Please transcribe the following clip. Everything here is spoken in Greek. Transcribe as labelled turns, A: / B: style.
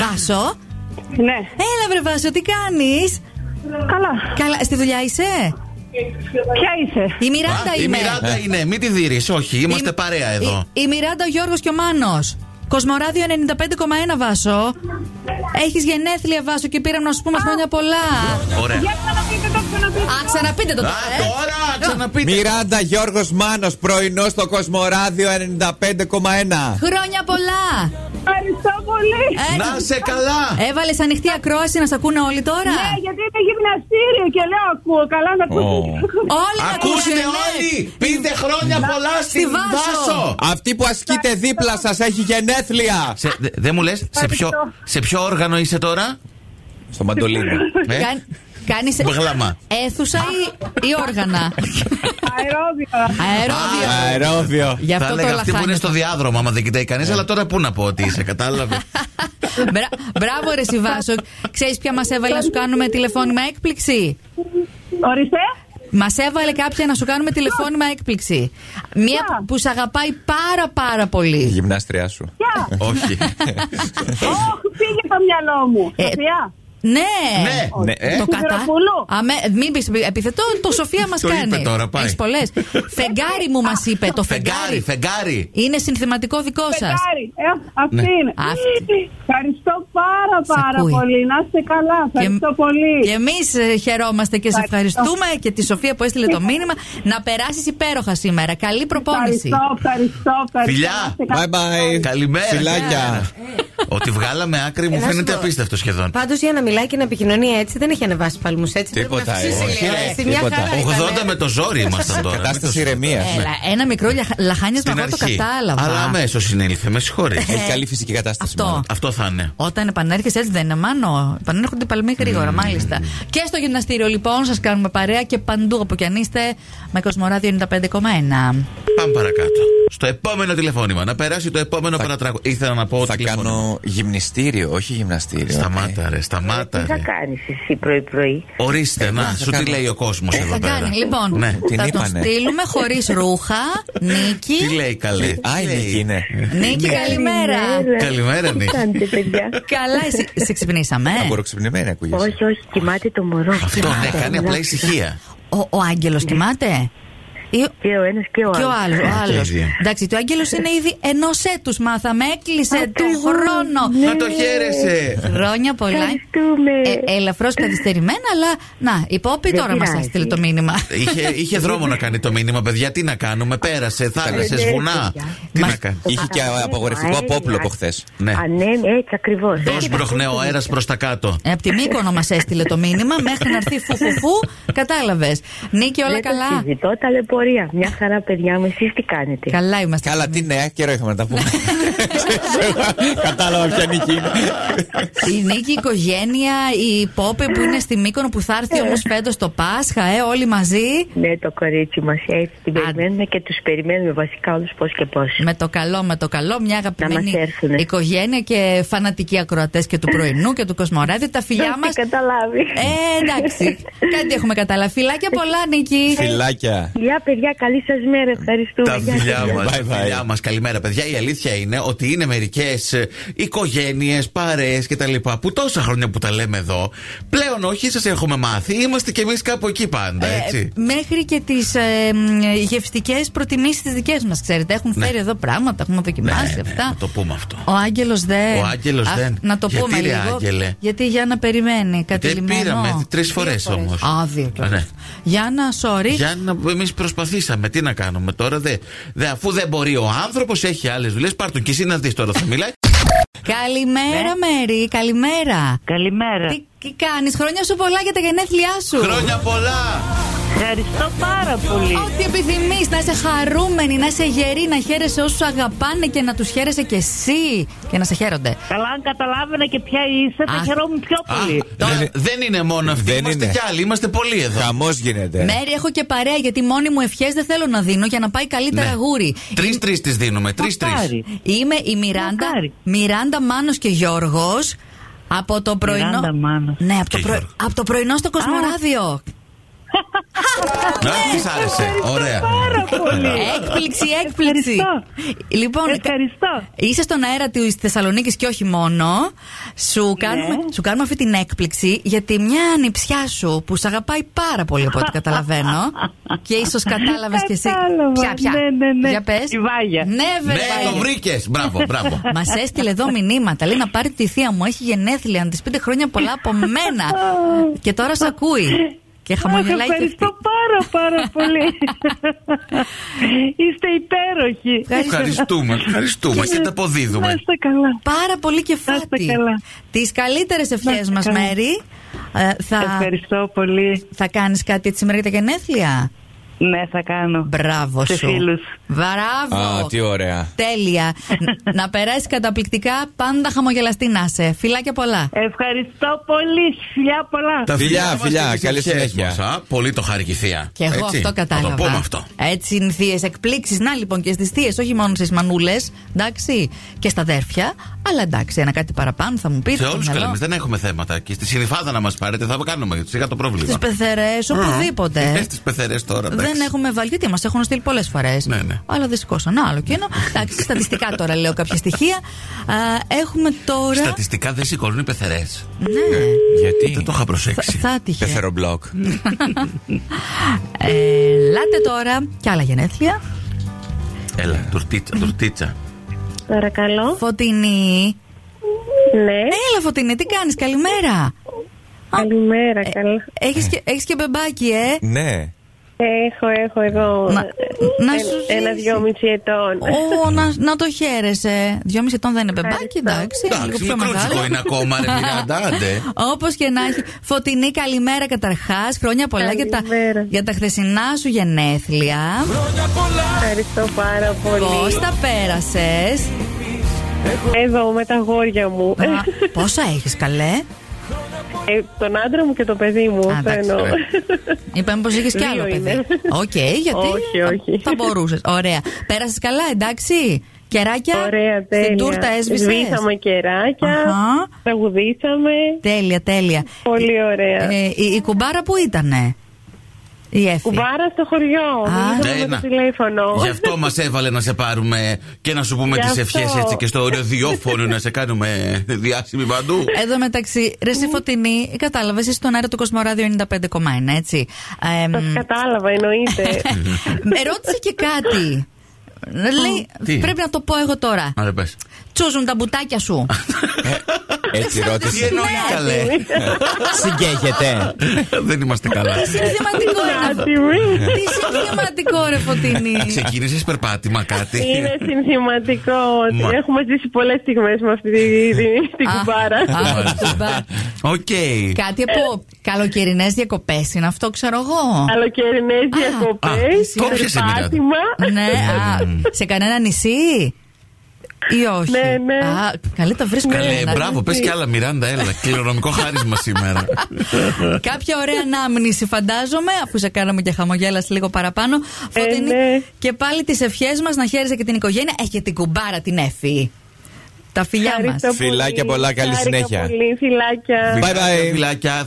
A: Βάσο.
B: Ναι.
A: Έλα, βρε Βάσο, τι κάνεις.
B: Καλά.
A: Καλά, στη δουλειά είσαι.
B: Ποια είσαι.
A: Η Μιράντα
C: Η
A: είμαι.
C: Μιράντα είναι, μην τη δει. Όχι, είμαστε παρέα εδώ.
A: Η, η Μιράντα, ο Γιώργος και ο Μάνος. Κοσμοράδιο 95,1 Βάσο. Έχεις γενέθλια Βάσο και πήραμε να σου πούμε χρόνια πολλά.
C: Ωραία.
B: Για ξαναπείτε το, ξαναπείτε.
A: Α, ξαναπείτε το
C: Α,
A: τώρα. ε.
C: τώρα ξαναπείτε.
D: Μιράντα Γιώργος Μάνος, πρωινός στο Κοσμοράδιο 95,1.
A: Χρόνια πολλά.
B: Ευχαριστώ πολύ.
A: Ε,
C: Να σε καλά.
A: Έβαλες ανοιχτή ακρόαση να σε ακούνε όλοι τώρα.
B: Ναι, γιατί είναι γυμναστήριο και λέω ακούω. Καλά να ακούω.
A: Όλοι να
C: Ακούστε
A: ακούσουν, ναι.
C: όλοι! Πείτε χρόνια πολλά στη
A: Βάσο.
C: Βάσο!
D: Αυτή που ασκείται δίπλα σας έχει γενέθλια.
C: Σε- δε- Δεν μου λες, σε ποιο, σε ποιο όργανο είσαι τώρα,
D: Στο μαντολίνο.
C: ε?
A: Κάν- Κάνεις
C: Μπαγλάμα.
A: αίθουσα ή, ή όργανα.
B: Αερόβια.
A: Αερόβιο.
D: Αερόβιο.
A: Γι'
C: Θα
A: αυτό το
C: έλεγα αυτή που είναι
A: λαχάνι.
C: στο διάδρομο, άμα δεν κοιτάει κανείς, αλλά τώρα πού να πω ότι είσαι, κατάλαβε.
A: Μπρα- Μπράβο, ρε Σιβάσο. Ξέρεις ποια μας έβαλε να σου κάνουμε τηλεφώνημα έκπληξη.
B: Ορίστε.
A: Μας έβαλε κάποια να σου κάνουμε τηλεφώνημα έκπληξη. Μία
B: Ποια?
A: που σε αγαπάει πάρα πάρα
D: Η
A: πολύ.
D: γυμνάστριά σου.
B: Ποια.
C: Όχι.
B: Όχι, πήγε το μυαλό μου.
A: Ε,
B: Σοφία.
A: Ναι!
C: Ναι,
D: Ναι, ε.
A: Το κατά.
B: Σιδηροπούλου.
A: Αμέ, μην πεις επιθετό, το Σοφία μας
C: Το είπε
A: κάνει.
C: τώρα, πάει.
A: Έχεις πολλές. Φεγγάρι μου μας είπε, το
C: φεγγάρι,
A: φεγγάρι.
C: φεγγάρι.
A: Είναι συνθηματικό δικό σας.
B: Φεγγάρι. Ε, αυτή είναι.
A: αυτή.
B: Ευχαριστώ πάρα
A: Σ'
B: πάρα
A: ακούει.
B: πολύ. Να είστε καλά. Ευχαριστώ πολύ.
A: Και εμείς χαιρόμαστε και σε
B: Ευχαριστώ.
A: ευχαριστούμε και τη Σοφία που έστειλε το μήνυμα. Να περάσεις υπέροχα σήμερα. Καλή προπόνηση.
B: Ευχαριστώ, ευχαριστώ, ευχαριστώ.
C: Φιλιά.
B: Να είστε καλά.
D: Bye bye.
C: Καλημέρα.
D: Φιλάκια.
A: Ε.
C: Ότι βγάλαμε άκρη μου
E: Ε, να σου
C: φαίνεται
E: πω.
C: απίστευτο σχεδόν.
E: Πάντως για να μιλάει και να επικοινωνεί έτσι δεν έχει ανεβάσει παλμούς έτσι. πρέπει να
D: Τίποτα,
E: αφήσεις
D: ε,
E: λίγο,
D: όχι,
E: ε,
D: ρε,
E: στη μια
D: τίποτα.
E: χαρά ήταν,
C: 80 με το
A: Ε,
C: ζόρι ήμασταν τώρα.
D: Κατάσταση
C: Μην το-
D: ηρεμία.
A: Έλα, ένα μικρό λαχ- λαχάνιασμα,
C: Ναι. Στην
A: εγώ το
C: αρχή.
A: κατάλαβα. Ε.
C: Αλλά αμέσως συνήλθε, με συγχωρείτε.
D: Έχει καλή φυσική κατάσταση.
A: Αυτό.
D: μάλλον.
C: Αυτό θα είναι.
A: Όταν επανέρχεσαι έτσι δεν είναι μάνο. Επανέρχονται οι παλμοί γρήγορα, μάλιστα. Και στο γυμναστήριο λοιπόν σας κάνουμε παρέα και παντού όπου κι αν είστε με Κοσμοράδιο 95,1.
C: Πάμε παρακάτω. Στο επόμενο τηλεφώνημα. Να περάσει το επόμενο παρατράγω. Ήθελα να πω ότι. Ε,
D: Θα κάνω γυμνιστήριο, όχι γυμναστήριο.
C: Σταμάτα, ρε, σταμάτα.
F: Ε, Τι θα
C: ρε.
F: κάνεις εσύ πρωί-πρωί.
A: Ε,
C: Ορίστε, να,
D: θα
C: σου τι
D: κάνω.
C: λέει ο κόσμος εδώ
A: Θα
C: πέρα.
A: κάνει λοιπόν.
C: Ναι.
D: την
A: θα τον
D: είπανε.
A: στείλουμε χωρίς ρούχα. Νίκη.
C: Τι λέει Ναι. καλέ.
A: Λοιπόν,
D: Ε, Α, η Νίκη είναι.
A: Νίκη, καλημέρα.
C: Καλημέρα,
F: Τι
C: Νίκη.
F: κάνετε, παιδιά.
A: Καλά, εσύ, σε ξυπνήσαμε. ε?
D: Θα μπορώ ξυπνημένη, ακούγεσαι.
F: όχι, όχι, κοιμάται το μωρό.
C: Αυτό ναι, κάνει απλά ησυχία.
A: Ο, ο Άγγελος κοιμάται. Ή,
F: Και ο ένας και ο
A: και ο
F: άλλος.
A: άλλος. Ο άλλος.
C: ίδιο.
A: Εντάξει, το Άγγελος είναι ήδη ενός έτους, μάθαμε. Έκλεισε το χρόνο.
C: Να το χαίρεσαι.
A: Χρόνια πολλά.
F: Ευχαριστούμε.
A: Ε, ελαφρώς καθυστερημένα, αλλά να, η Πόπη
F: Δεν
A: τώρα μας
F: πειράζει.
A: έστειλε το μήνυμα.
C: Είχε, είχε δρόμο να κάνει το μήνυμα, παιδιά. Τι να κάνουμε, πέρασε, θάλασσε,
F: Ε,
C: βουνά.
F: παιδιά.
C: Τι
A: Μας-
C: να κάνει.
D: Είχε και
F: Παρακαλώ,
D: απαγορευτικό
F: αέρα,
D: απόπλο από χθε.
F: αέρα.
C: Ναι.
F: Ανέμει, έτσι ακριβώς.
C: Δώσ' μπροχνέο
F: Ναι.
C: ο αέρα προς τα κάτω.
A: Ε, από τη Μύκονο μας έστειλε το μήνυμα μέχρι να έρθει φουφουφού. Κατάλαβες. Νίκη, όλα
F: Δεν το
A: καλά.
F: συζητώ, ταλαιπωρία. Μια χαρά, παιδιά μου, εσείς τι κάνετε.
A: Καλά είμαστε.
D: Καλά, τι νέα, καιρό είχαμε να τα πούμε. Κατάλαβα ποια νίκη είναι.
A: Η Νίκη, η οικογένεια, η Πόπη που είναι στη Μύκονο που θα
F: Ε.
A: έρθει όμως φέτος το Πάσχα, ε, όλοι μαζί.
F: Ναι, το κορίτσι μας έτσι την
A: Α.
F: περιμένουμε και τους περιμένουμε βασικά όλους πώς και πώς.
A: Με το καλό, με το καλό, μια αγαπημένη
F: μας έρθουνε.
A: οικογένεια και φανατικοί ακροατές και του πρωινού και του Κοσμοράδη. Τα φιλιά μας.
F: καταλάβει.
A: Ε, εντάξει. Κάτι έχουμε καταλάβει. Φιλάκια πολλά, Νίκη.
D: Φιλάκια.
F: Γεια, παιδιά, καλή σας μέρα. Ευχαριστούμε.
C: Τα
F: Γεια
C: φιλιά
F: σας.
C: μας.
D: Bye, bye.
C: Φιλιά μας. Καλημέρα, παιδιά. Η αλήθεια είναι ότι είναι ε, μερικέ οικογένειες, παρέες κτλ. που τόσα χρόνια που τα λέμε εδώ, πλέον όχι, σας έχουμε μάθει. Είμαστε κι εμείς κάπου εκεί πάντα, έτσι.
A: Ε, μέχρι και τις ε, γευστικές προτιμήσεις τις δικές μας, ξέρετε. Έχουν φέρει εδώ πράγματα, έχουμε δοκιμάσει
C: Ναι, ναι,
A: αυτά.
C: να το πούμε αυτό.
A: Ο Άγγελος δεν.
C: Ο Άγγελος
A: Αχ,
C: δεν.
A: Να το
C: Γιατί,
A: πούμε
C: ρε,
A: λίγο.
C: Άγγελε?
A: Γιατί για να περιμένει κάτι
C: Δεν
A: λιμένο.
C: Ε, πήραμε τρει φορές όμως.
A: Α, δύο κιόλας.
C: Ναι.
A: Γιάννα, sorry.
C: Για να εμεί προσπαθήσαμε. Τι να κάνουμε τώρα, δε, δε, αφού δεν μπορεί ο άνθρωπος, έχει άλλες δουλειές. Πάρ' τον και εσύ να δεις τώρα, θα μιλάει.
A: Καλημέρα, Μέρη. Καλημέρα.
G: Καλημέρα.
A: Τι, τι κάνεις, χρόνια σου πολλά για τα γενέθλιά σου.
C: Χρόνια πολλά!
G: Ευχαριστώ πάρα πολύ.
A: Ό,τι επιθυμείς, να είσαι χαρούμενη, να είσαι γερή, να χαίρεσαι όσους αγαπάνε και να τους χαίρεσαι κι εσύ. Και να σε χαίρονται.
G: Καλά, αν καταλάβαινα και ποια είσαι,
A: Α.
G: θα χαιρόμουν πιο
C: Α,
G: πολύ.
C: δεν, δεν είναι μόνο αυτοί,
D: Δεν
C: είμαστε
D: είναι.
C: κι άλλοι, είμαστε πολλοί εδώ.
D: Χαμός
G: Ναι.
D: γίνεται.
A: Μέρη, έχω και παρέα γιατί μόνη μου ευχές δεν θέλω να δίνω για να πάει καλύτερα
C: Ναι.
A: γούρι.
C: Τρει-τρει τις δίνουμε, τρει-τρει.
G: Μακάρι.
A: Είμαι η Μιράντα,
G: Μακάρι.
A: Μιράντα Μάνος και Γιώργος. Από το πρωινό.
G: Μιράντα Μάνος.
A: Ναι, από το,
C: Και
A: πρω-
C: Γιώργος.
A: από το πρωινό στο Κοσμοράδιο.
C: Να, τη άρεσε. Ωραία.
G: Πάρα πολύ.
A: Έκπληξη, έκπληξη.
G: Ευχαριστώ. Ε,
A: Λοιπόν,
G: Ευχαριστώ.
A: είσαι στον αέρα της Θεσσαλονίκης και όχι μόνο.
G: Ναι.
A: Σου, κάνουμε, σου κάνουμε αυτή την έκπληξη γιατί μια ανιψιά σου που σε αγαπάει πάρα πολύ από ό,τι καταλαβαίνω. και ίσως κατάλαβες κι εσύ.
G: Κατάλαβα.
A: Ποια, ποια.
G: Ναι, ναι, ναι.
A: Για πες.
G: Η Βάγια.
A: Ναι,
C: Ναι,
A: βέβαια.
C: το βρήκες. Μπράβο, μπράβο.
A: Μας έστειλε εδώ μηνύματα. Λέει να πάρει τη θεία μου. Έχει γενέθλια. Να της πείτε χρόνια πολλά από μένα. και τώρα σε ακούει. Και
G: Αχ,
A: χαμογελάει και αυτή.
G: ευχαριστώ πάρα πάρα πολύ. Είστε υπέροχοι.
C: Ευχαριστούμε, ευχαριστούμε και τα
G: Να
C: αποδίδουμε.
G: είστε καλά.
A: Πάρα πολύ
G: Να
A: κεφάτη.
G: είστε καλά.
A: Τις καλύτερες ευχέ
G: είστε
A: μας,
G: καλά.
A: Μέρη. Ε, θα
G: Ευχαριστώ πολύ.
A: θα κάνεις κάτι έτσι σήμερα για τα γενέθλια.
G: Ναι, θα κάνω.
A: Μπράβο
G: Σε
A: σου.
G: φίλους.
A: Μπράβο.
D: Α, τι ωραία.
A: Τέλεια. Ν- να περάσει καταπληκτικά. Πάντα χαμογελαστή να είσαι. Φιλάκια πολλά.
G: Ευχαριστώ πολύ. Φιλιά πολλά.
C: Τα
D: Φιλιά,
C: μας
D: φιλιά,
C: και τις
D: καλή
C: ευχές
D: συνέχεια.
C: μας, α. Πολύ το χάρη και η θεία.
A: Και εγώ
C: Έτσι,
A: αυτό κατάλαβα.
C: Θα το πούμε αυτό.
A: Έτσι είναι θείες εκπλήξεις. Να λοιπόν και στις θείες, όχι μόνο στις μανούλες, εντάξει, και στα αδέρφια. Αλλά εντάξει, ένα κάτι παραπάνω θα μου πείτε.
C: Σε
A: στο
C: όλους
A: μυαλό.
C: καλέ δεν έχουμε θέματα. Και στη συνειφάδα να μας πάρετε, θα κάνουμε. Σιγά το πρόβλημα.
A: Στις πεθερές,
C: Ε,
A: οπουδήποτε.
C: στις πεθερές τώρα.
A: Δεν
C: εντάξει.
A: έχουμε βάλει, γιατί μας έχουν στείλει πολλές φορές.
C: Ναι, ναι.
A: Αλλά δεν σηκώσαν άλλο κενό. Εντάξει, στατιστικά τώρα λέω κάποια στοιχεία. Α, έχουμε τώρα.
C: Στατιστικά δεν σηκώνουν οι πεθερές.
A: Ναι,
C: Δεν
D: Γιατί.
C: το είχα
A: θα,
C: προσέξει.
A: θα τύχε.
D: Πεθερό μπλοκ.
G: Ναι.
A: Ε, Ελάτε τώρα και άλλα γενέθλια.
C: Έλα, τουρτίτσα, τουρτίτσα.
F: Παρακαλώ.
A: Φωτεινή. Ε,
F: Ναι.
A: Έλα, Φωτεινή, τι κάνεις, καλημέρα.
F: Καλημέρα,
A: Ε.
F: καλά.
A: Έχεις και, έχεις και μπεμπάκι, ε.
D: Ναι.
F: Έχω, έχω εδώ.
A: Να- να σου ζήσει.
F: Ένα δυόμιση ετών.
A: Ω, να, να το χαίρεσαι. Δυόμιση ετών δεν είναι μπεμπάκι, εντάξει. λίγο
C: Εντάξει,
A: πιο μεγάλο.
C: μικρούτσικο είναι ακόμα, ρε Μιράντα, άντε.
A: Όπως και να έχει. Φωτεινή, καλημέρα καταρχάς. Χρόνια πολλά για τα,
F: Καλημέρα.
A: για τα χθεσινά σου γενέθλια.
F: Ευχαριστώ πάρα
A: Πώ
F: πολύ.
A: τα πέρασες.
F: Εδώ με τα αγόρια μου.
A: Πόσα έχεις, καλέ.
F: Ε, τον άντρα μου και το παιδί μου.
A: Α,
F: αυτό
A: εντάξει,
F: εννοώ.
A: Είπαμε πως είχες κι
F: Δύο
A: άλλο παιδί.
F: είναι.
A: Οκ, γιατί.
F: Όχι, όχι.
A: Θα, μπορούσες. Ωραία. Πέρασες καλά, εντάξει. Κεράκια.
F: Ωραία, τέλεια.
A: Στην τούρτα έσβησες.
F: Σβήσαμε κεράκια.
A: Αχα.
F: Τραγουδήσαμε.
A: Τέλεια, τέλεια.
F: Πολύ ωραία.
A: Ε, η, η κουμπάρα που ήτανε. Η Εφη.
F: Κουμπάρα στο χωριό. Μιλήσαμε με
C: Ναι, Ένα.
F: το τηλέφωνο.
C: Γι' αυτό μας έβαλε να σε πάρουμε και να σου πούμε
F: Γι'
C: τις
F: αυτό.
C: ευχές έτσι και στο ραδιόφωνο να σε κάνουμε διάσημη παντού.
A: Εδώ μεταξύ, ρε εσύ Φωτεινή, κατάλαβες, είσαι στον αέρα του Κοσμοράδιο 95,1, έτσι. Ε,
F: Σας
A: μ,
F: κατάλαβα, εννοείται.
A: με ρώτησε και κάτι. Λέει,
C: Τι?
A: πρέπει να το πω εγώ τώρα.
C: Άρα πες.
A: Τσούζουν τα μπουτάκια σου.
D: Έτσι
C: Τι
D: ρώτησε.
C: εννοεί
A: Ναι,
C: καλέ.
D: Συγκέχεται.
C: Δεν είμαστε καλά.
A: Τι συνθηματικό είναι αυτό.
F: Άσχημη.
A: Τι συνθηματικό, ρε Φωτεινή.
C: Ξεκίνησες περπάτημα κάτι.
F: Είναι συνθηματικό ότι
C: Μα.
F: έχουμε ζήσει πολλές στιγμές με αυτή τη- τη- την
A: Α,
F: κουμπάρα.
A: α,
C: Μάλιστα.
A: κουμπάρα.
C: Οκ.
A: Κάτι από καλοκαιρινές διακοπές είναι αυτό, ξέρω εγώ.
F: Καλοκαιρινές διακοπές,
C: α, κόψεσαι, Μιράντα.
F: περπάτημα.
A: Ναι, α, σε κανένα νησί ή όχι.
F: Ναι, ναι.
A: Α, καλή τα βρίσκω.
C: Καλέ,
A: ένα.
C: μπράβο, πες κι άλλα, Μιράντα, έλα. Κληρονομικό χάρισμα σήμερα.
A: Κάποια ωραία ανάμνηση, φαντάζομαι, αφού σε κάναμε και χαμογέλασε λίγο παραπάνω.
F: Ε,
A: Φωτεινή,
F: ναι.
A: και πάλι τις ευχές μας να χαίρεσαι και την οικογένεια. Έχει και την κουμπάρα την έφη. Τα φιλιά μα.
F: Ευχαριστώ πολύ.
D: Φιλάκια πολλά, καλή
F: Χάρηκα
D: συνέχεια.
G: Ε,
F: πολύ, φιλάκια.
D: Bye bye.
C: Φιλάκια.